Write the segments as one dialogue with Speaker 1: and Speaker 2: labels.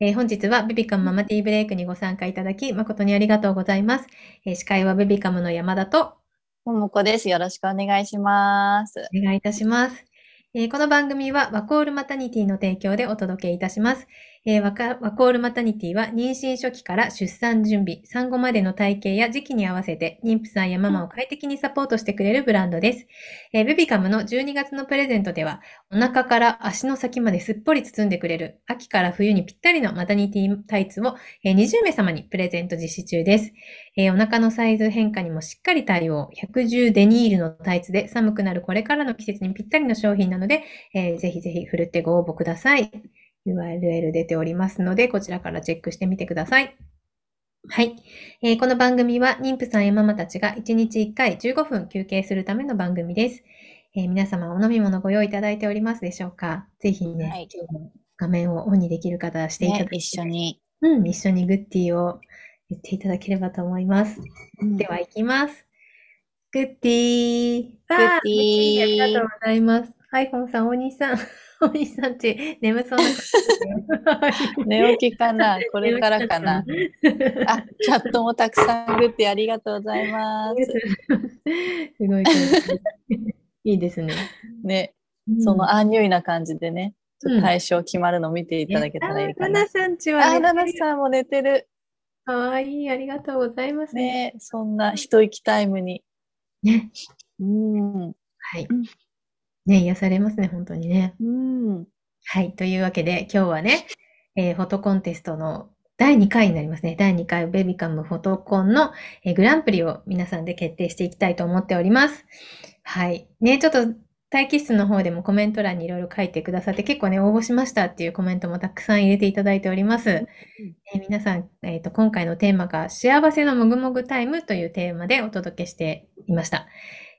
Speaker 1: えー本日はベビカムママティーブレイクにご参加いただき、誠にありがとうございます。えー司会はベビカムの山田と
Speaker 2: ももこです。よろしくお願いします。
Speaker 1: お願いいたします。えーこの番組はワコールマタニティの提供でお届けいたします。えーワカワコールマタニティは妊娠初期から出産準備、産後までの体型や時期に合わせて妊婦さんやママを快適にサポートしてくれるブランドです。えーベビカムの12月のプレゼントではお腹から足の先まですっぽり包んでくれる秋から冬にぴったりのマタニティタイツを、えー20名様にプレゼント実施中です。えーお腹のサイズ変化にもしっかり対応。110デニールのタイツで寒くなるこれからの季節にぴったりの商品なので、えーぜひぜひふるってご応募ください。URL 出ておりますので、こちらからチェックしてみてください。はい、えーこの番組は妊婦さんやママたちが1日1回15分休憩するための番組です。えー皆様お飲み物ご用意いただいておりますでしょうかぜひね、
Speaker 2: はい
Speaker 1: 今日も画面をオンにできる方はしていただ
Speaker 2: ね
Speaker 1: い、て、
Speaker 2: 一緒に。
Speaker 1: うん、一緒にグッティーを言っていただければと思います。
Speaker 2: うん
Speaker 1: では、いきます。グッディー。わあ
Speaker 2: グッディー
Speaker 1: グッディありがとうございます。ハイフォンさん、大西さん、 大西さんち、眠そうな感じですよ
Speaker 2: 寝起きかなこれからかな
Speaker 1: 寝起きだった
Speaker 2: あ、チャットもたくさんグッてありがとうございま
Speaker 1: ありがと
Speaker 2: す。
Speaker 1: うございます。すごい気持ちいい。いいですね。
Speaker 2: ね、
Speaker 1: うん
Speaker 2: そのアンニュイな感じでね、ちょっ
Speaker 1: うん
Speaker 2: と対象決まるの見ていただけたらいいか
Speaker 1: あ
Speaker 2: な
Speaker 1: ナナ。さんちは
Speaker 2: あ、
Speaker 1: ね、
Speaker 2: ナナさんも寝てる。
Speaker 1: かわいい。ありがとうございます。
Speaker 2: ね、そんな一息タイムに。
Speaker 1: ね。
Speaker 2: うん。
Speaker 1: はい
Speaker 2: うん。
Speaker 1: ね、癒されますね、本当にね。
Speaker 2: うん。
Speaker 1: はい。というわけで、今日はね、えーフォトコンテストの第2回になりますね。第2回ベビカムフォトコンの、えーグランプリを皆さんで決定していきたいと思っております。はい。ね、ちょっと待機室の方でもコメント欄にいろいろ書いてくださって、結構ね、応募しましたっていうコメントもたくさん入れていただいております。えー皆さん、えーと、今回のテーマが幸せのもぐもぐタイムというテーマでお届けしていました。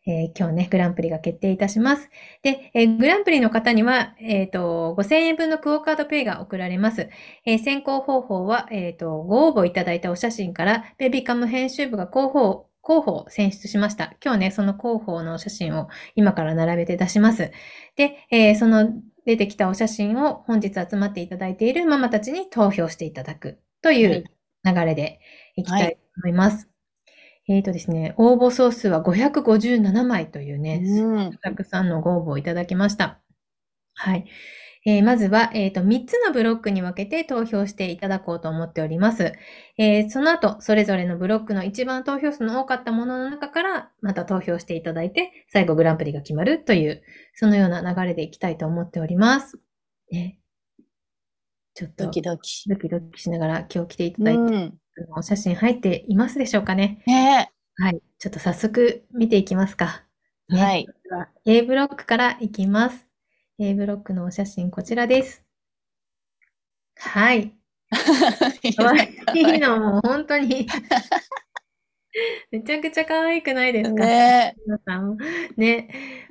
Speaker 1: えー今日ね、グランプリが決定いたします。で、えーグランプリの方には、えっと、5000円分のクオカードペイが送られます。えー選考方法は、えっと、ご応募いただいたお写真から、ベビカム編集部が候補を、候補を選出しました。今日ね、その候補のお写真を今から並べて出します。で、えーその出てきたお写真を本日集まっていただいているママたちに投票していただくという流れでいきたいと思います。えっとですね、応募総数は557枚というね、
Speaker 2: うん。
Speaker 1: たくさんのご応募をいただきました。はい。えーまずは、えーと、3つのブロックに分けて投票していただこうと思っております。えーその後、それぞれのブロックの一番投票数の多かったものの中から、また投票していただいて、最後グランプリが決まるという、そのような流れでいきたいと思っております。ね。ちょっと、
Speaker 2: ド
Speaker 1: ドキ
Speaker 2: キドキ。
Speaker 1: ドキしながら今日来ていた
Speaker 2: う
Speaker 1: だいた
Speaker 2: ん。
Speaker 1: お写真入っていますでしょうかね。
Speaker 2: ね、
Speaker 1: はい。ちょっと早速見ていきますか。ね
Speaker 2: はい。
Speaker 1: では A ブロックからいきます。A ブロックのお写真こちらです。はい。かわいいのもう本当にめちゃくちゃ可愛くないですか
Speaker 2: ね
Speaker 1: 皆さんもね。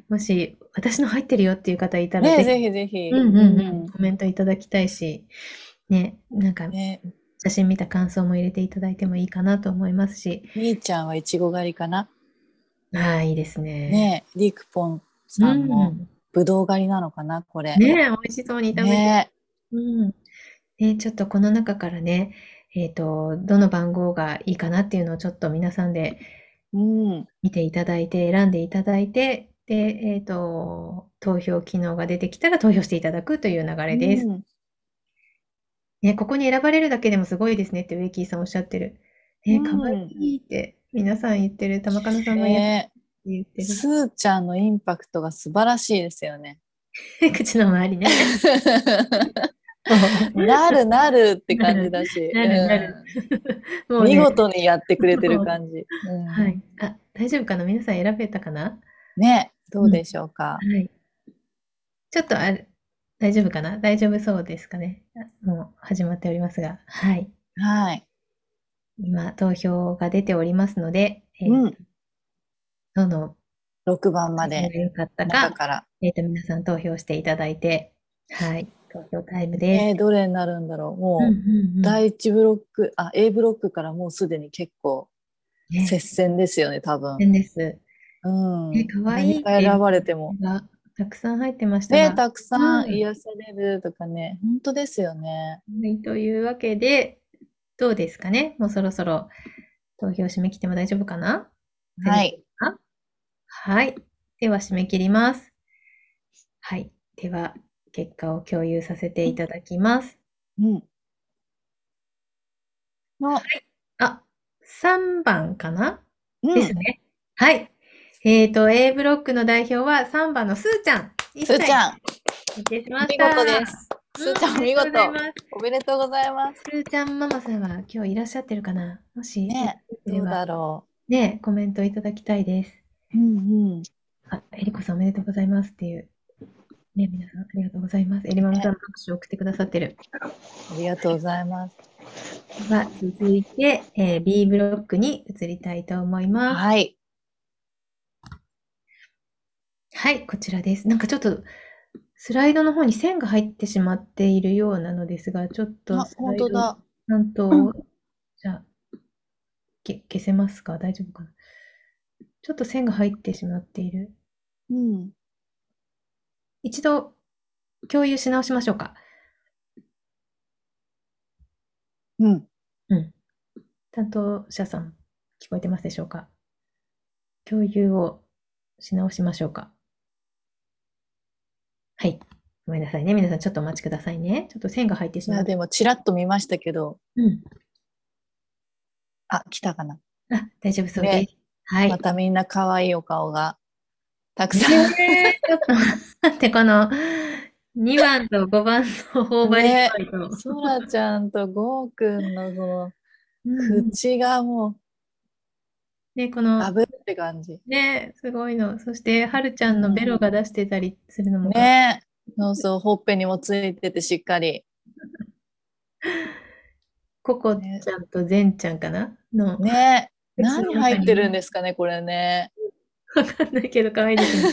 Speaker 1: もし私の入ってるよっていう方いたらぜ
Speaker 2: ねぜ
Speaker 1: ひ
Speaker 2: ひぜひ。
Speaker 1: うんうんうん
Speaker 2: う
Speaker 1: コメントいただきたいし、ね、なんか
Speaker 2: んね
Speaker 1: 写真見た感想も入れていただいてもいいかなと思いますし、
Speaker 2: みーちゃんはいちご狩りかな。
Speaker 1: ああ、いいですね。
Speaker 2: ねりくぽん
Speaker 1: う
Speaker 2: さんも
Speaker 1: ん。
Speaker 2: ぶどう狩りなのかな、これ。
Speaker 1: ね、美味しそうに炒めて
Speaker 2: ね
Speaker 1: うん。ね、ちょっとこの中からね、えっと、どの番号がいいかなっていうのをちょっと皆さんで
Speaker 2: うん。
Speaker 1: 見ていただいて、選んでいただいて、で、えっと、投票機能が出てきたら投票していただくという流
Speaker 2: あ
Speaker 1: れです。ね、ここに選ばれるだけでもすごいですねってウェイキーさんおっしゃってる。ね、かわいいって皆さん言ってる。玉かなさんも言って
Speaker 2: ね
Speaker 1: 言ってる。
Speaker 2: すーちゃんのインパクトが素晴らしいです よね。
Speaker 1: 口の周り ね。
Speaker 2: なるなるって感じだし。
Speaker 1: なるなる
Speaker 2: う
Speaker 1: も
Speaker 2: ん
Speaker 1: う
Speaker 2: 見
Speaker 1: ね、
Speaker 2: 事にやってくれてる感じ。うん
Speaker 1: はい。あ、大丈夫かな皆さん選べたかな
Speaker 2: ねどうでしょうか。
Speaker 1: はい。ちょっとあれ、大丈夫かな大丈夫そうですかね。あもう始まっておりますが、はい。
Speaker 2: はい。
Speaker 1: 今、投票が出ておりますので、えー
Speaker 2: うん。
Speaker 1: どの
Speaker 2: 6番ま
Speaker 1: 投票
Speaker 2: で
Speaker 1: が良かった
Speaker 2: 中
Speaker 1: か、
Speaker 2: から。
Speaker 1: えっと、皆さん投票していただいて、はい。投票タイムです。
Speaker 2: ねどれになるんだろう。も
Speaker 1: うん
Speaker 2: う
Speaker 1: う。んうん
Speaker 2: 第1ブロック、あ、A ブロックからもうすでに結構
Speaker 1: ね
Speaker 2: 接戦ですよね、多分。
Speaker 1: 変です。
Speaker 2: うん。
Speaker 1: ね可愛いっていう
Speaker 2: 何か選ばれても。
Speaker 1: がたくさん入ってましたが
Speaker 2: ね、たくさ
Speaker 1: うん
Speaker 2: ん癒されるとかね、本当ですよね。
Speaker 1: はい、というわけで、どうですかねもうそろそろ投票締め切っても大丈夫かな
Speaker 2: はい。
Speaker 1: はい。では、締め切ります。はい。では、結果を共有させていただきます。
Speaker 2: うん。の、
Speaker 1: あ、3番かな
Speaker 2: うん
Speaker 1: ですね。はい。えっと、A ブロックの代表は3番のすーちゃん。
Speaker 2: すーちゃん、
Speaker 1: ん。決定しまし
Speaker 2: 見
Speaker 1: た。
Speaker 2: 事です。すーちゃん、
Speaker 1: う
Speaker 2: お見
Speaker 1: ありがとう
Speaker 2: 事
Speaker 1: ござい。ます
Speaker 2: おめでとうございます。
Speaker 1: すーちゃんママさんは今日いらっしゃってるかなもし、
Speaker 2: ね、
Speaker 1: で
Speaker 2: どう
Speaker 1: は、
Speaker 2: だろ
Speaker 1: ね、コメントいただきたいです。
Speaker 2: う。うんうん。
Speaker 1: あ、えりこさんおめでとうございますっていう。ね、皆さんありがとうございます。えりままさんの拍手を送ってくださってる。
Speaker 2: ありがとうございます。
Speaker 1: では、続いて、えー B ブロックに移りたいと思います。
Speaker 2: はい。
Speaker 1: はい、こちらです。なんかちょっと、スライドの方に線が入ってしまっているようなのですが、ちょっと
Speaker 2: あ
Speaker 1: ス、ラ
Speaker 2: 本
Speaker 1: イ
Speaker 2: 当
Speaker 1: ド
Speaker 2: だ。
Speaker 1: なん と、じゃあ、け消せますか大丈夫かなちょっと線が入ってしまっている。
Speaker 2: うん。
Speaker 1: 一度共有し直しましょうか。
Speaker 2: うん。
Speaker 1: うん。担当者さん、聞こえてますでしょうか共有をし直しましょうか。はい。ごめんなさいね。皆さん、ちょっとお待ちくださいね。ちょっと線が入ってし
Speaker 2: い
Speaker 1: ま
Speaker 2: や、
Speaker 1: う。
Speaker 2: でも、ちらっと見ましたけど、
Speaker 1: うん。
Speaker 2: あ、来たかな。
Speaker 1: あ、大丈夫そう
Speaker 2: ね
Speaker 1: です。はい。
Speaker 2: またみんな可愛いお顔が、たくさん。
Speaker 1: ねえちょっと待って、この2番と5番の頬張り
Speaker 2: ね
Speaker 1: 具合と、
Speaker 2: そらちゃんとゴーくんのこ
Speaker 1: う
Speaker 2: の
Speaker 1: ん
Speaker 2: 口がも
Speaker 1: ね、こ
Speaker 2: う、
Speaker 1: の
Speaker 2: ダ、ブって感じ。
Speaker 1: ね、すごいの。そして、はるちゃんのベロが出してたりするのも、
Speaker 2: ねえ。そうそう、ほっぺにもついててしっかり。
Speaker 1: ココちゃんとゼンちゃんかなの、
Speaker 2: ねえ。
Speaker 1: 口の中に
Speaker 2: 何入ってるんですかね、これね。
Speaker 1: わかんないけど、可愛い ですね。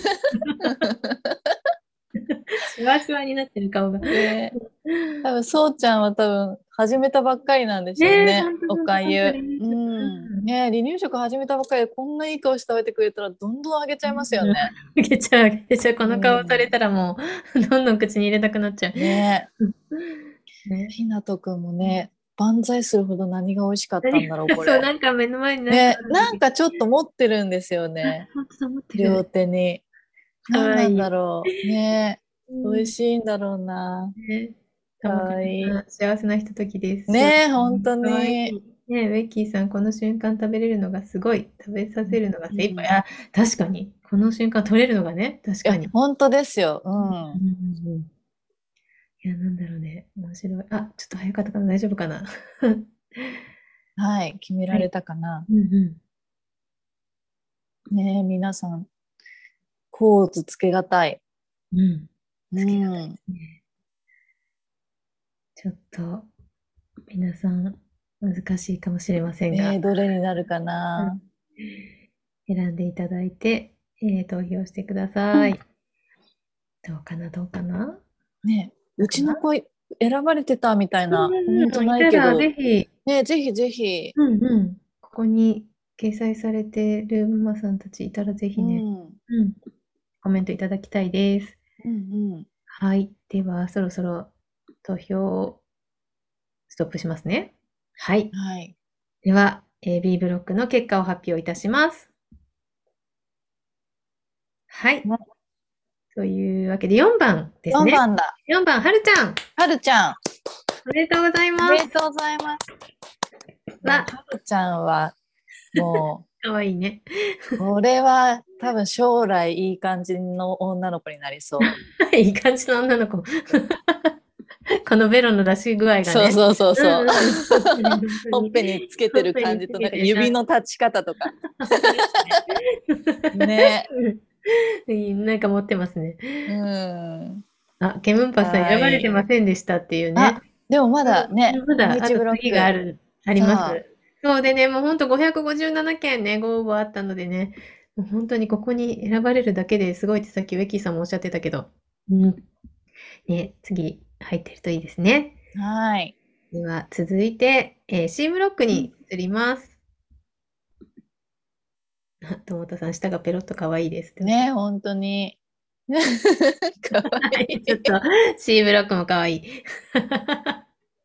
Speaker 1: シワシワになってる顔が。
Speaker 2: ねえ多分そうちゃんは多分始めたばっかりなんでしょう
Speaker 1: ねえ
Speaker 2: ね
Speaker 1: 本当
Speaker 2: おかゆ
Speaker 1: 本当に
Speaker 2: うんねえ離乳食始めたばっかりでこんないい顔して食べてくれたらどんどんあげちゃいますよね
Speaker 1: あげちゃう、あげちゃう。この顔されたらもう、どんどん口に入れたくなっちゃう。
Speaker 2: ね
Speaker 1: ね
Speaker 2: えひなとくんもね万歳するほど何が美味しかったんだろうこ
Speaker 1: そう、な
Speaker 2: れ
Speaker 1: んか目の前に
Speaker 2: ねえなんん
Speaker 1: か、
Speaker 2: かちょっと持ってるんですよね
Speaker 1: 本当だ思って
Speaker 2: 両
Speaker 1: る。
Speaker 2: 手に
Speaker 1: かわいい
Speaker 2: 何なんだろうねえ
Speaker 1: 美
Speaker 2: 美味しいんだろうな
Speaker 1: ね。
Speaker 2: かわいい
Speaker 1: 玉川さん幸せなひとときです。
Speaker 2: ね
Speaker 1: そうで
Speaker 2: え
Speaker 1: す
Speaker 2: 本当に
Speaker 1: かわいいねえ、ウェッキーさん、この瞬間食べれるのがすごい。食べさせるのが精一杯。
Speaker 2: うん
Speaker 1: あ、確かに。この瞬間取れるのがね、確
Speaker 2: い
Speaker 1: か
Speaker 2: や
Speaker 1: に。
Speaker 2: 本当ですよう
Speaker 1: うんんうんうんいや、なんだろうね。面白い。あ、ちょっと早かったかな。大丈夫かな。
Speaker 2: はい決められたかな、
Speaker 1: うんう
Speaker 2: ねえ、皆さん、コーツつけがたい。
Speaker 1: ん。うん。つけが
Speaker 2: うん
Speaker 1: ねちょっと、皆さん、難しいかもしれませんが
Speaker 2: ねえ、、どれになるかな。
Speaker 1: 選んでいただいて、えー投票してください。どうかな、どうかな。
Speaker 2: ねえ、うちの子選ばれてたみたいな、コメントない
Speaker 1: い
Speaker 2: け
Speaker 1: たら
Speaker 2: ど、
Speaker 1: ぜ
Speaker 2: ね
Speaker 1: ひ、
Speaker 2: え、ぜひぜひ、
Speaker 1: うんうん、ここに掲載されてるママさんたちいたらぜひ
Speaker 2: うん、
Speaker 1: ね、
Speaker 2: うん
Speaker 1: うん、コメントいただきたいです。
Speaker 2: うん、
Speaker 1: はい。では、そろそろ投票をストップしますね。はい。
Speaker 2: はい。
Speaker 1: では、えー B ブロックの結果を発表いたします。はい
Speaker 2: はい。
Speaker 1: というわけで、4番です
Speaker 2: 4
Speaker 1: ね。
Speaker 2: 番だ、
Speaker 1: 4番、はるちゃん。
Speaker 2: はるちゃん、
Speaker 1: おめでとうござい
Speaker 2: お
Speaker 1: ま。
Speaker 2: めですとうございます。
Speaker 1: わ
Speaker 2: はるちゃんは、も
Speaker 1: かわいいね。
Speaker 2: う、これは多分将来いい感じの女の子になりそう。
Speaker 1: いい感じの女の子。 このベロの出し具合がね。
Speaker 2: そうそうそうそう。
Speaker 1: ん んん。
Speaker 2: ほっぺ につけてる感じと、なんか指の立ち方とか。ね。
Speaker 1: うんなんか持ってますね。
Speaker 2: うん。
Speaker 1: あ、ケムンパスさん
Speaker 2: はい
Speaker 1: 選ばれてませんでしたっていうね
Speaker 2: あ。でもまだね、
Speaker 1: まだ、あと
Speaker 2: 1ブロッ
Speaker 1: 次
Speaker 2: ク
Speaker 1: がある、ありま
Speaker 2: そ
Speaker 1: す
Speaker 2: う。
Speaker 1: そうでね、もうほんと557件ね、ご応募あったのでね、もう本当にここに選ばれるだけですごいってさっきウェッキーさんもおっしゃってたけど、うん。ね、次入ってるといいですね。
Speaker 2: はい。
Speaker 1: では続いて、えー C ブロックに移ります。あ、友田さん、舌がペロッと可愛いですって。
Speaker 2: ね、本当に。かわいい。
Speaker 1: ちょっと C ブロックも可愛い。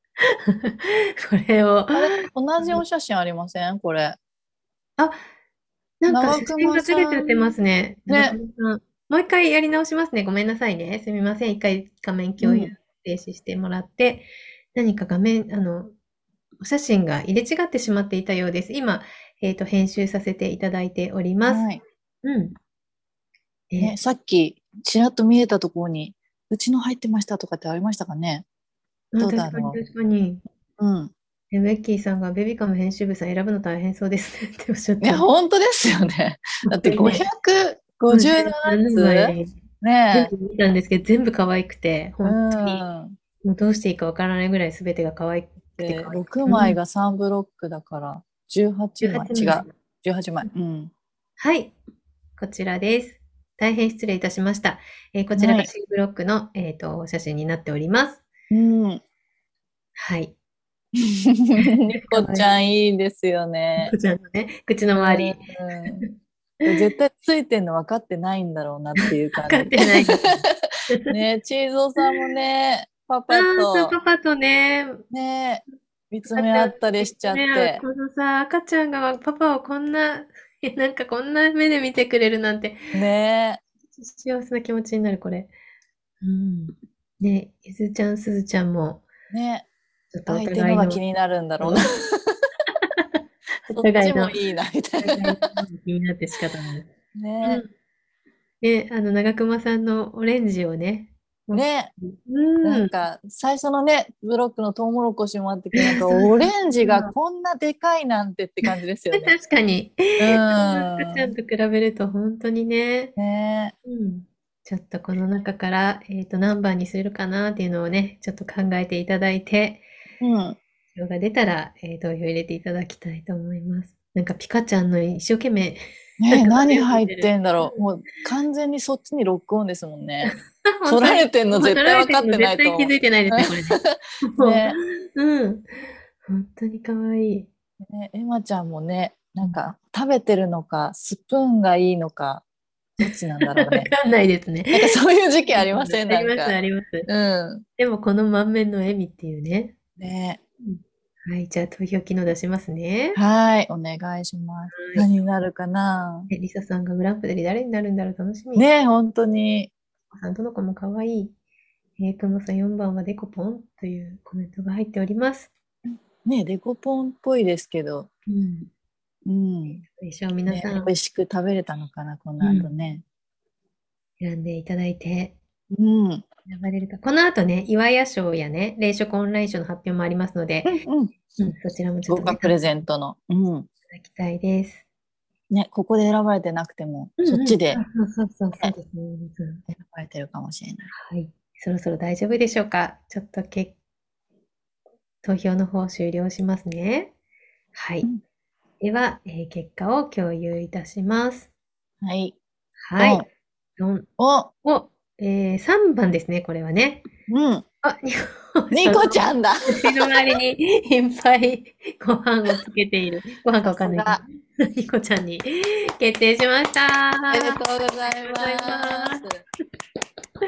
Speaker 1: これを、
Speaker 2: あれ同じお写真ありませんこれ。
Speaker 1: なんか
Speaker 2: 長
Speaker 1: 写真
Speaker 2: 熊
Speaker 1: がずれちゃってますね。
Speaker 2: さ
Speaker 1: 長熊さんもう一回やり直しますね。ごめんなさいね。すみません。一回画面共
Speaker 2: う
Speaker 1: 有
Speaker 2: ん
Speaker 1: 停止してもらって、何か画面、あの、お写真が入れ違ってしまっていたようです。今、えっと、編集させていただいております。
Speaker 2: はい。
Speaker 1: うん。え
Speaker 2: ね、さっき、ちらっと見えたところに、うちの入ってましたとかってありましたかね
Speaker 1: あ
Speaker 2: どう
Speaker 1: 確
Speaker 2: だ
Speaker 1: かに
Speaker 2: ろう
Speaker 1: 確かに。
Speaker 2: うん。
Speaker 1: えベッキーさんがベビカム編集部さん選ぶの大変そうですね っておっしゃっ
Speaker 2: い
Speaker 1: て
Speaker 2: や、本当ですよ ね。だって
Speaker 1: 本当にね
Speaker 2: 557つ。
Speaker 1: 枚
Speaker 2: ね
Speaker 1: 全部見たんですけど、全部可愛くて、
Speaker 2: う
Speaker 1: 本当に、
Speaker 2: ん。
Speaker 1: もうどうしていいかわからないぐらい全てが可愛くて
Speaker 2: で、
Speaker 1: 可愛い
Speaker 2: 6枚が3ブロックだから、18枚。違う。。18枚。うん。
Speaker 1: はい、こちらです。大変失礼いたしました。えーこちら
Speaker 2: は
Speaker 1: が
Speaker 2: い
Speaker 1: C ブロックの、えっと、お写真になっております。
Speaker 2: うん。
Speaker 1: はい。
Speaker 2: こっちゃんいいですよね
Speaker 1: こ。ちらのね、口の周り、
Speaker 2: うん、絶対ついてんの分かってないんだろうなっていう感
Speaker 1: わ
Speaker 2: じ
Speaker 1: かってない。
Speaker 2: ねチーゾーさんもねパ
Speaker 1: あ
Speaker 2: パ
Speaker 1: ーそう、
Speaker 2: と
Speaker 1: パパとね、
Speaker 2: ね見つめ合ったりしちゃって
Speaker 1: ね、このさ、赤ちゃんがパパをこんな、 えなんかこんな目で見てくれるなんて、
Speaker 2: ね
Speaker 1: 幸せな気持ちになる、これ。うん。ね、ゆずちゃん、すずちゃんも、
Speaker 2: ね
Speaker 1: ちょっとお
Speaker 2: 相手
Speaker 1: 互い
Speaker 2: の
Speaker 1: の、
Speaker 2: が気になるんだろうな
Speaker 1: お
Speaker 2: そっ
Speaker 1: 互
Speaker 2: ち
Speaker 1: いの、
Speaker 2: も
Speaker 1: お
Speaker 2: いいなみたい
Speaker 1: 互い
Speaker 2: な
Speaker 1: の気になって仕方ない。
Speaker 2: ね
Speaker 1: ね、あの、長熊さんのオレンジをね、
Speaker 2: ね
Speaker 1: うん、
Speaker 2: なんか最初のねブロックのトウモロコシもあったけどなんかオレンジがこんなでかいなんてって感じですよね。
Speaker 1: 確かに、赤ちゃ
Speaker 2: うん
Speaker 1: と比べると本当にね、
Speaker 2: ん、ね
Speaker 1: うん、ちょっとこの中から、えっと、何番にするかなっていうのをね、ちょっと考えていただいて、
Speaker 2: うん
Speaker 1: 票が出たら、えー投票入れていただきたいと思います。なんかピカちゃんの一生懸命、
Speaker 2: ねえ、
Speaker 1: なんか
Speaker 2: 何
Speaker 1: ね
Speaker 2: 入ってんだろう。もう完全にそっちにロックオンですもんね。
Speaker 1: 本
Speaker 2: 取
Speaker 1: 当に
Speaker 2: られてんの絶対分かってないと
Speaker 1: 絶対
Speaker 2: 思
Speaker 1: 気づいてないですね、こ
Speaker 2: う。
Speaker 1: れね。
Speaker 2: ね
Speaker 1: うん。本当に可愛い。
Speaker 2: ねエマちゃんもね、なんか食べてるのか、スプーンがいいのか、どっちなんだろう
Speaker 1: わ
Speaker 2: ね。
Speaker 1: かんないですね。
Speaker 2: なんかそういう時期ありません
Speaker 1: あ
Speaker 2: な
Speaker 1: り
Speaker 2: ん
Speaker 1: ます、あ
Speaker 2: か。
Speaker 1: ります。
Speaker 2: う
Speaker 1: でもこの満面の笑みっていうね。
Speaker 2: ん。ね
Speaker 1: はい、じゃあ投票機能出しますね。
Speaker 2: はい、お願いします。
Speaker 1: はい
Speaker 2: 何になるかな
Speaker 1: えリサさんがグランプリ誰になるんだろう楽しみ。
Speaker 2: ねえ、本当に。
Speaker 1: さん、どの子も可愛い。えー、くもさん4番はデコポンというコメントが入っております。
Speaker 2: ねえ、デコポンっぽいですけど。
Speaker 1: うん。
Speaker 2: うん。
Speaker 1: でしょう、皆
Speaker 2: ね
Speaker 1: さん
Speaker 2: 美味しく食べれたのかな、この後ね。
Speaker 1: 選んでいただいて、
Speaker 2: うん。うん。
Speaker 1: 選ばれるか。この後ね、岩屋賞やね、霊食オンライン賞の発表もありますので、
Speaker 2: うん。
Speaker 1: うん、そちらもちょ
Speaker 2: 豪
Speaker 1: っと
Speaker 2: 華
Speaker 1: 見
Speaker 2: プ
Speaker 1: てい
Speaker 2: レゼントの。うん。
Speaker 1: ただきたいです。
Speaker 2: ね、ここで選ばれてなくても、
Speaker 1: うんうん
Speaker 2: そっちで
Speaker 1: あそうそうそう、そうですね。うん
Speaker 2: 選ばれてるかもしれな
Speaker 1: は
Speaker 2: い。
Speaker 1: い。そろそろ大丈夫でしょうか。ちょっとけ、投票の方終了しますね。はい。
Speaker 2: うん
Speaker 1: では、えー結果を共有いたします。
Speaker 2: はい。
Speaker 1: はい。四
Speaker 2: お、
Speaker 1: を、えー、3番ですね、これはね。
Speaker 2: うん。
Speaker 1: あ、 ニコ
Speaker 2: ニコち
Speaker 1: ん
Speaker 2: ゃんだ。
Speaker 1: 口の周りにいっぱいご飯をつけている。ご飯かわかんないけど。ニコちゃんに決定しました。
Speaker 2: おめでとうござい
Speaker 1: ありが
Speaker 2: ま
Speaker 1: とうご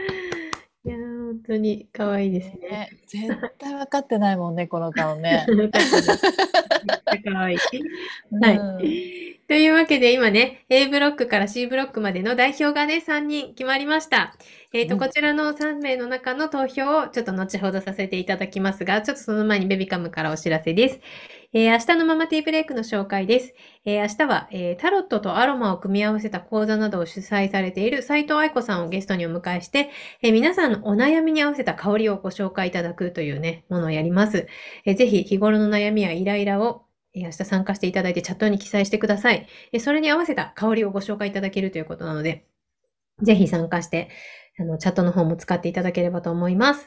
Speaker 1: いやー、本当に可愛いです
Speaker 2: す。
Speaker 1: ね。
Speaker 2: ね、絶対分かってないもんね、この顔ね。
Speaker 1: めっちゃ可愛い。 はい
Speaker 2: うん
Speaker 1: というわけで今ね、A ブロックから C ブロックまでの代表がね、3人決まりました。えっ、と、
Speaker 2: うん
Speaker 1: こちらの3名の中の投票をちょっと後ほどさせていただきますが、ちょっとその前にベビカムからお知らせです。えー明日のママティーブレイクの紹介です。えー明日は、えータロットとアロマを組み合わせた講座などを主催されている斉藤愛子さんをゲストにお迎えして、えー皆さんのお悩みに合わせた香りをご紹介いただくというね、ものをやります。えーぜひ日頃の悩みやイライラをえー明日参加していただいてチャットに記載してください。えーそれに合わせた香りをご紹介いただけるということなので、ぜひ参加して、あの、チャットの方も使っていただければと思います。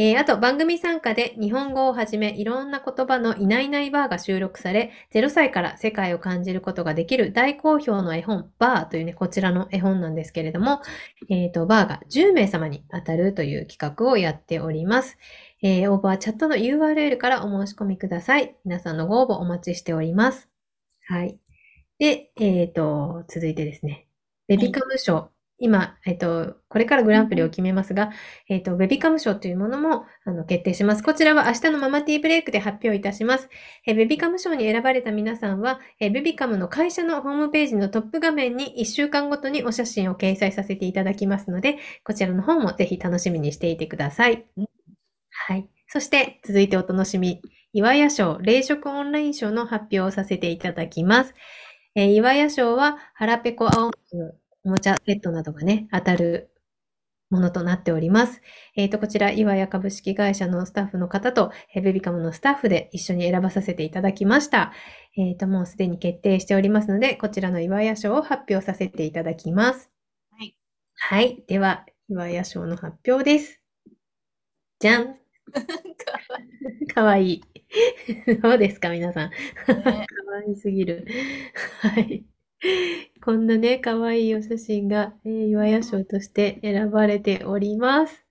Speaker 1: えーあと、番組参加で日本語をはじめ、いろんな言葉のいないいないバーが収録され、0歳から世界を感じることができる大好評の絵本、バーというね、こちらの絵本なんですけれども、えっ、と、バーが10名様に当たるという企画をやっております。えー、応募はチャットの URL からお申し込みください。皆さんのご応募お待ちしております。はい。で、えっ、と、続いてですね、ベビカム賞今、えっと、これからグランプリを決めますが、えっと、ベビカム賞というものも、あの、決定します。こちらは明日のママティーブレイクで発表いたします。えーベビカム賞に選ばれた皆さんは、えーベビカムの会社のホームページのトップ画面に1週間ごとにお写真を掲載させていただきますので、こちらの方もぜひ楽しみにしていてください
Speaker 2: うん。
Speaker 1: はい。そして、続いてお楽しみ。岩屋賞、冷食オンライン賞の発表をさせていただきます。えー岩屋賞は、腹ペコ青のおもちゃセットなどがね、当たるものとなっております。えっ、と、こちら、岩屋株式会社のスタッフの方と、えーベビカムのスタッフで一緒に選ばさせていただきました。えっ、と、もうすでに決定しておりますので、こちらの岩屋賞を発表させていただきます。
Speaker 2: はい。
Speaker 1: はい。では、岩屋賞の発表です。じ ゃん。かわいい。 どうです か、皆さん。
Speaker 2: ね
Speaker 1: 可愛すぎる。はい。こんなね、可愛いお写真が、えー岩屋賞として選ばれております。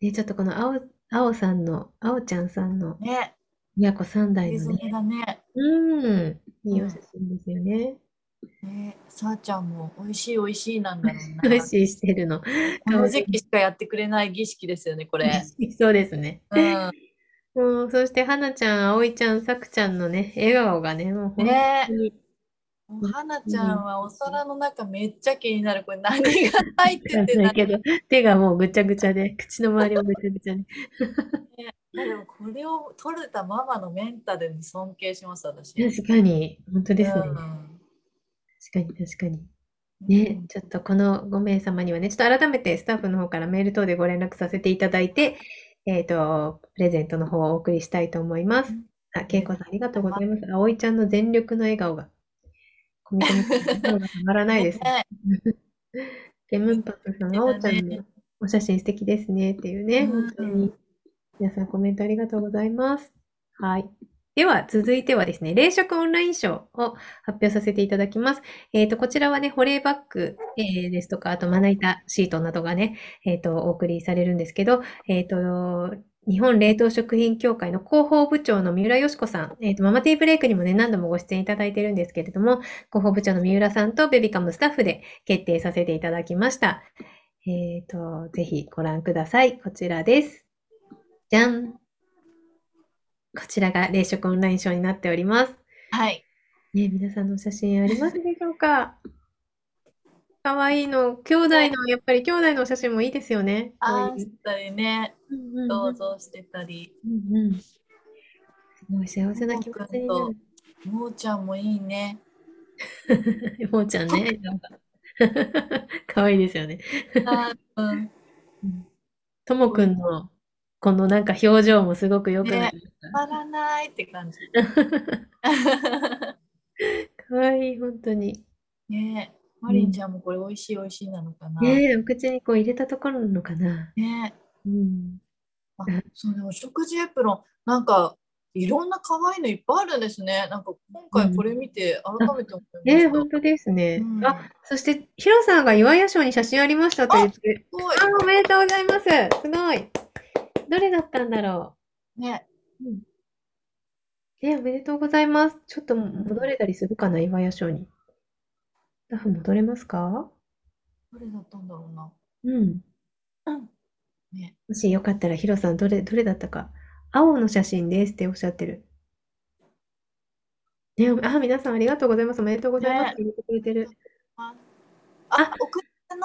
Speaker 1: ね、ちょっとこの青、青さんの、青ちゃんさんの、
Speaker 2: ね、
Speaker 1: 親子三代
Speaker 2: リ
Speaker 1: の
Speaker 2: ズ
Speaker 1: ね
Speaker 2: ム、がね、
Speaker 1: うん、いいお写真ですよね。
Speaker 2: ね、さあちゃんも美味しい美味しいなんだろうな。
Speaker 1: 無視してるの。
Speaker 2: この時期しかやってくれない儀式ですよね、これ。
Speaker 1: そうですね。
Speaker 2: う
Speaker 1: もう、そして、花ちゃん、葵ちゃん、さくちゃんのね、笑顔がね、もう本
Speaker 2: ん、ね
Speaker 1: 当に
Speaker 2: もうはなちゃんはお皿の中めっちゃ気になる。これ何が入ってて
Speaker 1: わかんない
Speaker 2: 何
Speaker 1: けど、手がもうぐちゃぐちゃで、口の周りもぐちゃぐちゃで。
Speaker 2: でもこれを取れたママのメンタルに尊敬します、私。
Speaker 1: 確かに、本当ですね。
Speaker 2: うん
Speaker 1: 確かに、確かに。ね、ちょっとこの5名様にはね、ちょっと改めてスタッフの方からメール等でご連絡させていただいて、えっと、プレゼントの方をお送りしたいと思います
Speaker 2: うん。
Speaker 1: あ、けいこさん、ありがとうございます。あおいちゃんの全力の笑顔が、コミコミさんの笑顔がたまらないですね。
Speaker 2: ね
Speaker 1: レムンパクさん、あおちゃんのお写真素敵ですねっていうね、
Speaker 2: うん
Speaker 1: 本当に。皆さんコメントありがとうございます。はい。では、続いてはですね、冷食オンライン賞を発表させていただきます。えっ、と、こちらはね、保冷バッグ、えーですとか、あと、まな板シートなどがね、えっ、と、お送りされるんですけど、えっ、と、日本冷凍食品協会の広報部長の三浦よし子さん、えっ、と、ママティーブレイクにもね、何度もご出演いただいてるんですけれども、広報部長の三浦さんとベビカムスタッフで決定させていただきました。えっ、と、ぜひご覧ください。こちらです。じゃん。こちらが冷食オンライン賞になっております。
Speaker 2: はい。
Speaker 1: ね、皆さんのお写真ありますでしょうかかわいいの、兄弟の、やっぱり兄弟のお写真もいいですよね。
Speaker 2: あ
Speaker 1: こ
Speaker 2: ー
Speaker 1: うい
Speaker 2: し
Speaker 1: う
Speaker 2: たりね、
Speaker 1: うんうんうん
Speaker 2: 想像してたり。
Speaker 1: うんうんすごい幸せな気持ちにな
Speaker 2: もーちゃんもいいね。
Speaker 1: る。もうちゃんね、なんかかわいいですよね。
Speaker 2: あーうん
Speaker 1: ともくんのこのなんか表情もすごく良くなりま
Speaker 2: たまらないって 感じ。
Speaker 1: した。かわいい、本当に。
Speaker 2: ねマリンちゃんもこれ美味しい美味しいなのかな。
Speaker 1: ねえ、お口にこう入れたところなのかな。
Speaker 2: ね
Speaker 1: うん。
Speaker 2: あそうね、お食事エプロン、なんかいろんな可愛いのいっぱいあるんですね。なんか今回これ見て改めて思いま
Speaker 1: ねえ、
Speaker 2: した。
Speaker 1: 本当ですね。
Speaker 2: うん
Speaker 1: あ、そして、ヒロさんが岩屋賞に写真ありましたと言って。
Speaker 2: すごい
Speaker 1: あ、おめでとうございます。すごい。どれだったんだろ
Speaker 2: ね。
Speaker 1: う。ねえ、おめでとうございます。ちょっと戻れたりするかな、岩屋賞に。スタッフ戻れますか
Speaker 2: どれだったんだろうな。
Speaker 1: うん。
Speaker 2: ね。
Speaker 1: もしよかったら、ヒロさん、どれ、どれだったか。青の写真ですっておっしゃってる。ね、あ、皆さんありがとうございます。おめでとうございます。っ
Speaker 2: ね
Speaker 1: て言ってくれてる。
Speaker 2: あ、
Speaker 1: あ
Speaker 2: おくの。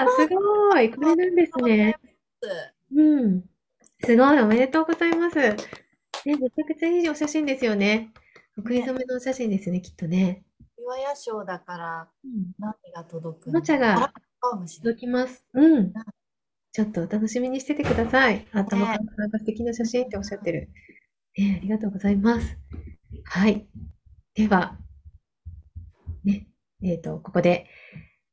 Speaker 1: なんだすごいこれなんですね。うん。すごい、おめでとうございます。ね、めちゃくちゃいいお写真ですよね。お食い初めのお写真ですね、きっとね。
Speaker 2: 岩屋賞だから
Speaker 1: うん。
Speaker 2: 何が届く
Speaker 1: おもちゃが
Speaker 2: あかもしれない。
Speaker 1: 届きます。うん。ちょっとお楽しみにしててください。頭
Speaker 2: ね
Speaker 1: からなんか素敵な写真っておっしゃってる。ね、ありがとうございます。はい。では、ね、えっ、と、ここで、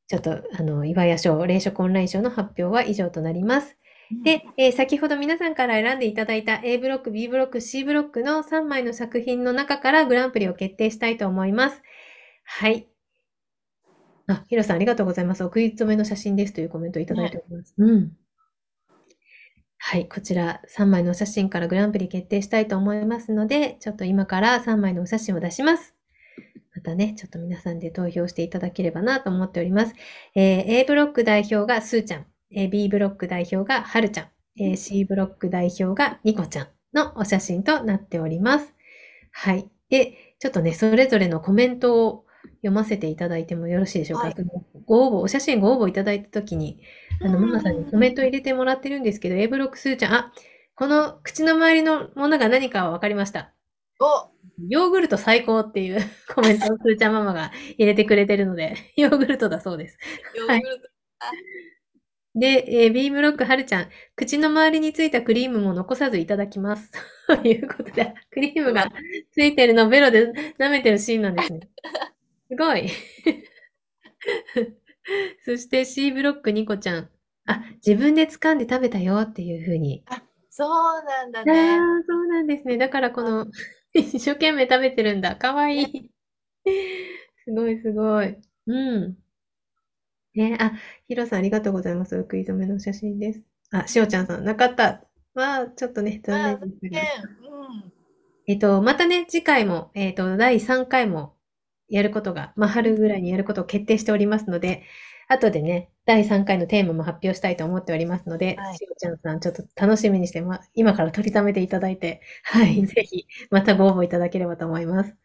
Speaker 1: ちょっと、あの、岩屋賞、冷食オンライン賞の発表は以上となります。
Speaker 2: うん
Speaker 1: で、えー先ほど皆さんから選んでいただいた A ブロック、B ブロック、C ブロックの3枚の作品の中からグランプリを決定したいと思います。はい。あ、ヒロさんありがとうございます。お食い初めの写真ですというコメントをいただいております。うん。はい、こちら3枚のお写真からグランプリ決定したいと思いますので、ちょっと今から3枚のお写真を出します。またね、ちょっと皆さんで投票していただければなと思っております。えー A ブロック代表がすーちゃん、えー B ブロック代表がはるちゃん、えー C ブロック代表がにこちゃんのお写真となっております。はい。で、ちょっとね、それぞれのコメントを読ませていただいてもよろしいでしょうか。
Speaker 2: はい
Speaker 1: ご応募、お写真ご応募いただいたときに、あの、
Speaker 2: うん
Speaker 1: ママさんにコメント入れてもらってるんですけど、A ブロックすーちゃん、あ、この口の周りのものが何かは分かりました。
Speaker 2: お
Speaker 1: ヨーグルト最高っていう コメントをすーちゃんママが入れてくれてるので、ヨーグルトだそうです。
Speaker 2: ヨーグルト、
Speaker 1: で、えー B ブロックはるちゃん、口の周りについたクリームも残さずいただきます。 ということで、クリームがついてるのをベロで舐めてるシーンなんですね。すごい。 そして C ブロックニコちゃん、あ、自分で掴んで食べたよっていうふうに
Speaker 2: そうなんだ
Speaker 1: ああ
Speaker 2: ね。
Speaker 1: ー、そうなんですね。だからこ の、一生懸命食べてるんだ。かわいい。すごいすごい。うん。ね、あ、ヒロさんありがとうございます。食い初めの写真です。あ、しおちゃんさん、なかった。まあ、ちょっとね、残
Speaker 2: あ
Speaker 1: 念ですが。
Speaker 2: ね、うん。
Speaker 1: えっと、またね、次回も、えっと、第3回もやることが、まあ、春ぐらいにやることを決定しておりますので、後でね、第3回のテーマも発表したいと思っておりますので、
Speaker 2: はい
Speaker 1: しおちゃんさん、ちょっと楽しみにして、ま、今から取りためていただいて、 はい、ぜひ、またご応募いただければと思います。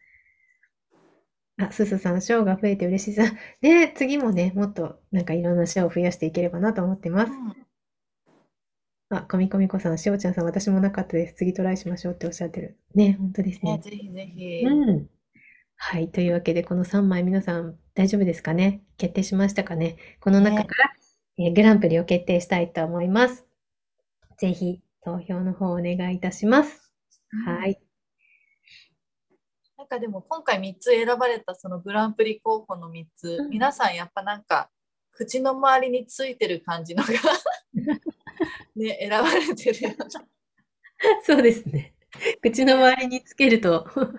Speaker 1: あ、すすさん、賞が増えて嬉しいさ。 ね、次もね、もっと、なんかいろんな賞を増やしていければなと思ってます。
Speaker 2: うん
Speaker 1: あ、コミコミコさん、しおちゃんさん、私もなかったです。次トライしましょうっておっしゃってる。ね、本当ですね
Speaker 2: ね、。ぜひぜひ。
Speaker 1: うん。はい。というわけで、この3枚、皆さん大丈夫ですかね決定しましたかねこの中
Speaker 2: ね
Speaker 1: から、えーグランプリを決定したいと思います。ぜひ、投票の方お願いいたします。はい。
Speaker 2: なんかでも今回3つ選ばれたそのグランプリ候補の3つ、
Speaker 1: うん
Speaker 2: 皆さんやっぱなんか口の周りについてる感じのが ね選ばれてるよ
Speaker 1: そうですね。口の周りにつけると
Speaker 2: う、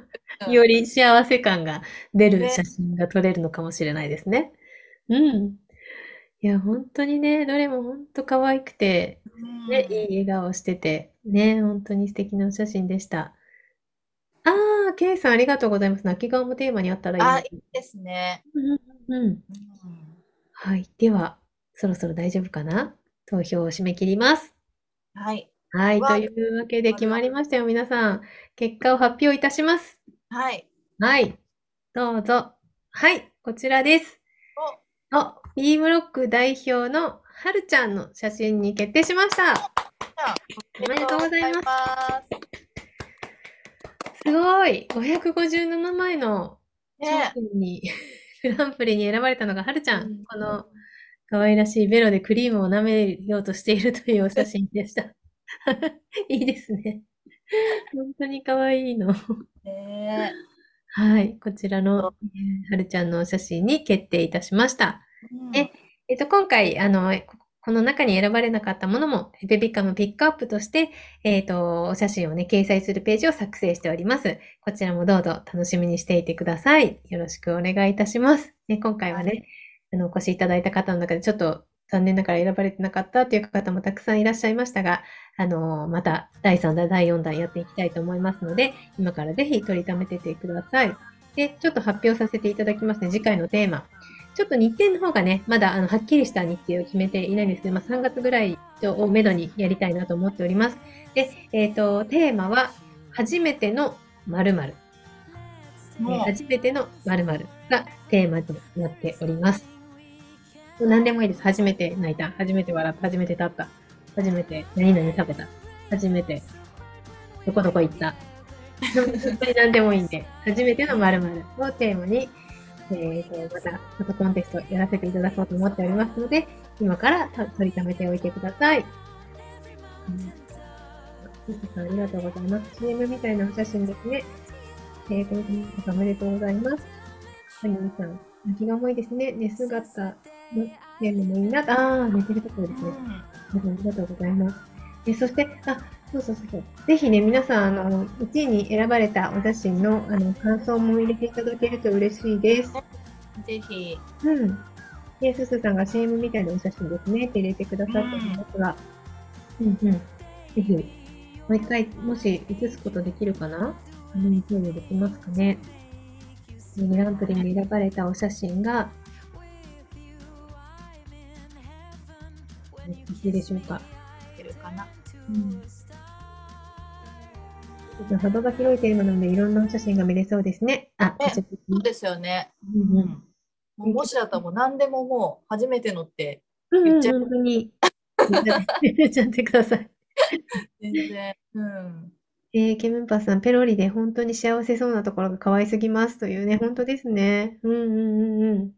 Speaker 2: な
Speaker 1: より幸せ感が出る
Speaker 2: ね
Speaker 1: 写真が撮れるのかもしれないですね。うん。いや、本当にね、どれも本当可愛くて、
Speaker 2: うん
Speaker 1: ね、いい笑顔してて、ね、本当に素敵なお写真でした。ああ、ケイさんありがとうございます。泣き顔もテーマにあったらいいな
Speaker 2: あいいですね、
Speaker 1: うんうんうん。
Speaker 2: うん
Speaker 1: はい。では、そろそろ大丈夫かな投票を締め切ります。
Speaker 2: はい
Speaker 1: はい。
Speaker 2: わ
Speaker 1: というわけで決まりましたよ、皆さん。結果を発表いたします。
Speaker 2: はい
Speaker 1: はい。どうぞ。はい。こちらです。お、B ブロック代表のはるちゃんの写真に決定しました。
Speaker 2: じゃあ
Speaker 1: おめでとうございます
Speaker 2: す
Speaker 1: すごい !557 枚の商
Speaker 2: ね
Speaker 1: 品に、 グランプリに選ばれたのがはるちゃん。
Speaker 2: うん
Speaker 1: この可愛らしいベロでクリームを舐めようとしているというお写真でした。 いいですね。本当に可愛いの。
Speaker 2: ね
Speaker 1: はい。こちらの、えーはるちゃんのお写真に決定いたしました。
Speaker 2: うん
Speaker 1: ええっと、今回、あの、ここの中に選ばれなかったものも、ベビカムピックアップとして、えっと、お写真をね、掲載するページを作成しております。こちらもどうぞ楽しみにしていてください。よろしくお願いいたします。ね、今回は
Speaker 2: は
Speaker 1: ね、あの、お越しいただいた方の中で、ちょっと残念ながら選ばれてなかったという方もたくさんいらっしゃいましたが、あの、また第3弾、第4弾やっていきたいと思いますので、今からぜひ取りためててください。で、ちょっと発表させていただきますね。次回のテーマ。ちょっと日程の方がね、まだあのはっきりした日程を決めていないんですけど、まあ、3月ぐらいをめどにやりたいなと思っております。で、えっ、と、テーマは、初めての〇〇、えー
Speaker 2: もう
Speaker 1: 初めての〇〇がテーマとなっております。もう何でもいいです。初めて泣いた、初めて笑った、初めて立った、初めて何々食べた、初めてどこどこ行った。本当に何でもいいんで、初めての〇〇をテーマに、えーと、また、フォトコンテストやらせていただこうと思っておりますので、今からと取りためておいてください。うん、さん、ありがとうございます。CM みたいなお写真ですね。えー、このさん、おめでとうございます。はにみさん、泣きがもいいですね。寝姿のテーマもいいな。あー、寝てるところです
Speaker 2: う
Speaker 1: ね。
Speaker 2: ん
Speaker 1: ありがとうございます。えそして、あ、そうそうそうそう。ぜひね、皆さん、あの、1位に選ばれたお写真の、あの、感想も入れていただけると嬉しいです。
Speaker 2: ぜひ
Speaker 1: うん。で、すすさんが CM みたいなお写真ですね、って入れてくださっておりますが、うんうん。ぜひ、もう一回、もし映すことできるかなあの、勢いでできますかね。グランプリに選ばれたお写真が、いいでしょうか。
Speaker 2: てるかな。
Speaker 1: うんちょっと幅が広いテーマなので、いろんなお写真が見れそうですね。あ、
Speaker 2: ね
Speaker 1: ちょっと
Speaker 2: そうですよね。
Speaker 1: うんうん
Speaker 2: もうもしだったらもう何でももう初めてのって
Speaker 1: うん
Speaker 2: 言
Speaker 1: うん、
Speaker 2: っちゃう
Speaker 1: 本当に。言っちゃってください。
Speaker 2: 全然。うん。
Speaker 1: えー、ケムンパさん、ペロリで本当に幸せそうなところが可愛すぎますというね、本当ですね。うんうんうんうん。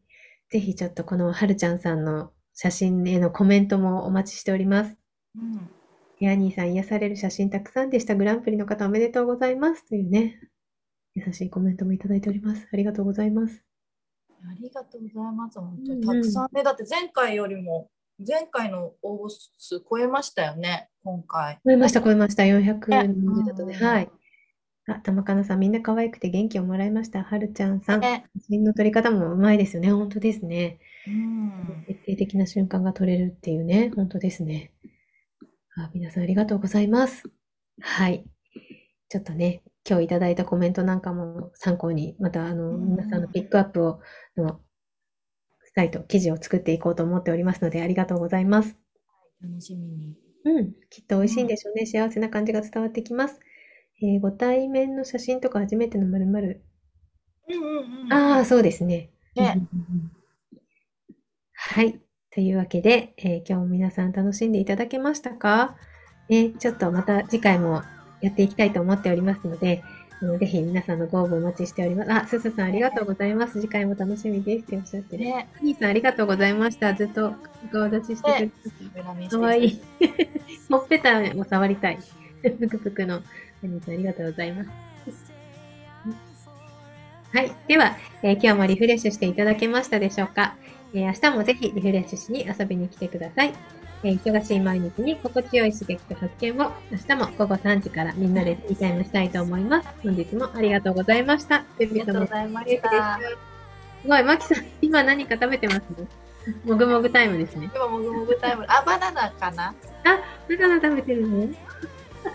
Speaker 1: ぜひちょっとこのはるちゃんさんの写真へのコメントもお待ちしております。
Speaker 2: うん。
Speaker 1: ヤニーさん、癒される写真たくさんでした。グランプリの方おめでとうございますというね、優しいコメントもいただいております。ありがとうございます。
Speaker 2: ありがとうございます。本当
Speaker 1: うんう
Speaker 2: に
Speaker 1: ん
Speaker 2: たくさんね、だって前回よりも前回の応募数超えましたよね。今回。
Speaker 1: 超えました、超えました。470
Speaker 2: ね
Speaker 1: だとね。はい。あ、玉かなさん、みんな可愛くて元気をもらいました。はるちゃんさん、写
Speaker 2: ね。
Speaker 1: 真の撮り方もうまいですよね。本当ですね。
Speaker 2: うん。
Speaker 1: 決定的な瞬間が取れるっていうね、本当ですね。あ皆さんありがとうございます。はい。ちょっとね、今日いただいたコメントなんかも参考に、またあの、
Speaker 2: うん
Speaker 1: 皆さんのピックアップを、の、サイト、記事を作っていこうと思っておりますので、ありがとうございます。
Speaker 2: 楽しみに。
Speaker 1: うん、きっと美味しいんでしょうね。幸せな感じが伝わってきます。えーご対面の写真とか初めての〇〇。
Speaker 2: うんうんうん。
Speaker 1: ああ、そうですね。
Speaker 2: ね
Speaker 1: うんうんうんはい。というわけで、えー今日も皆さん楽しんでいただけましたか、ね、ちょっとまた次回もやっていきたいと思っておりますので、あのぜひ皆さんのご応募お待ちしております。あ、すずさんありがとうございます。次回も楽しみですっておっしゃってる。
Speaker 2: ね。
Speaker 1: ハニーさんありがとうございました。ずっとお顔出ししてくれて。
Speaker 2: 裏見して
Speaker 1: かわいい。ほっぺたを触りたい。ぷくぷくの。ハニーさんありがとうございます。はい。では、えー今日もリフレッシュしていただけましたでしょうか、えー明日もぜひリフレッシュしに遊びに来てください。えー忙しい毎日に心地よい刺激と発見を明日も午後3時からみんなでリタイムしたいと思います。本日もありがとうございました。あり
Speaker 2: ありがとうございまし。
Speaker 1: でしたすごい、マキさん、今何か食べてますね。もぐもぐタイムですね。
Speaker 2: 今もぐもぐタイム。あ、バナナかな。
Speaker 1: だから食べてるの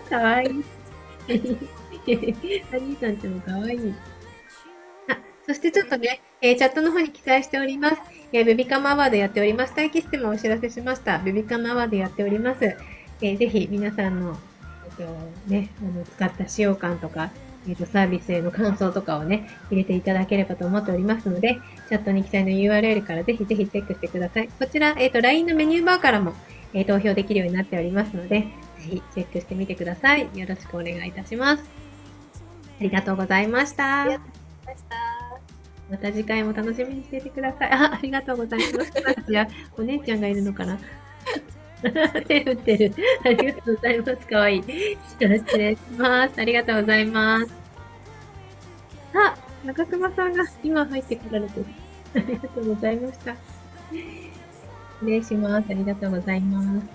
Speaker 1: かわいい。ハニーさんちもかわいい。あ、そしてちょっとね、えーチャットの方に記載しております。えーベビカムアワードやっております。待機システムをお知らせしました。ベビカムアワードやっております。えーぜひ皆さんの、えっとね、あの使った使用感とか、えっとサービスへの感想とかをね、入れていただければと思っておりますので、チャットに記載の URL からぜひぜひチェックしてください。こちら、えっと LINE のメニューバーからも、えー投票できるようになっておりますので、ぜひチェックしてみてください。よろしくお願いいたします。ありがとうございました。
Speaker 2: ました。
Speaker 1: また次回も楽しみにしていてください。あ、ありがとうございました。いや、お姉ちゃんがいるのかな。 手振ってる。ありがとうございます。かわいい。失礼します。ありがとうございます。あ、中熊さんが今入ってこられてる。ありがとうございました。失礼します。ありがとうございます。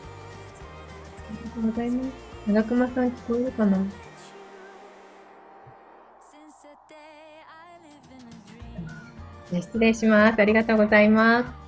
Speaker 1: ありがとうございます。長熊さん聞こえるかな
Speaker 3: Since the day I live in a dream.
Speaker 1: じゃあ失礼します。ありがとうございます。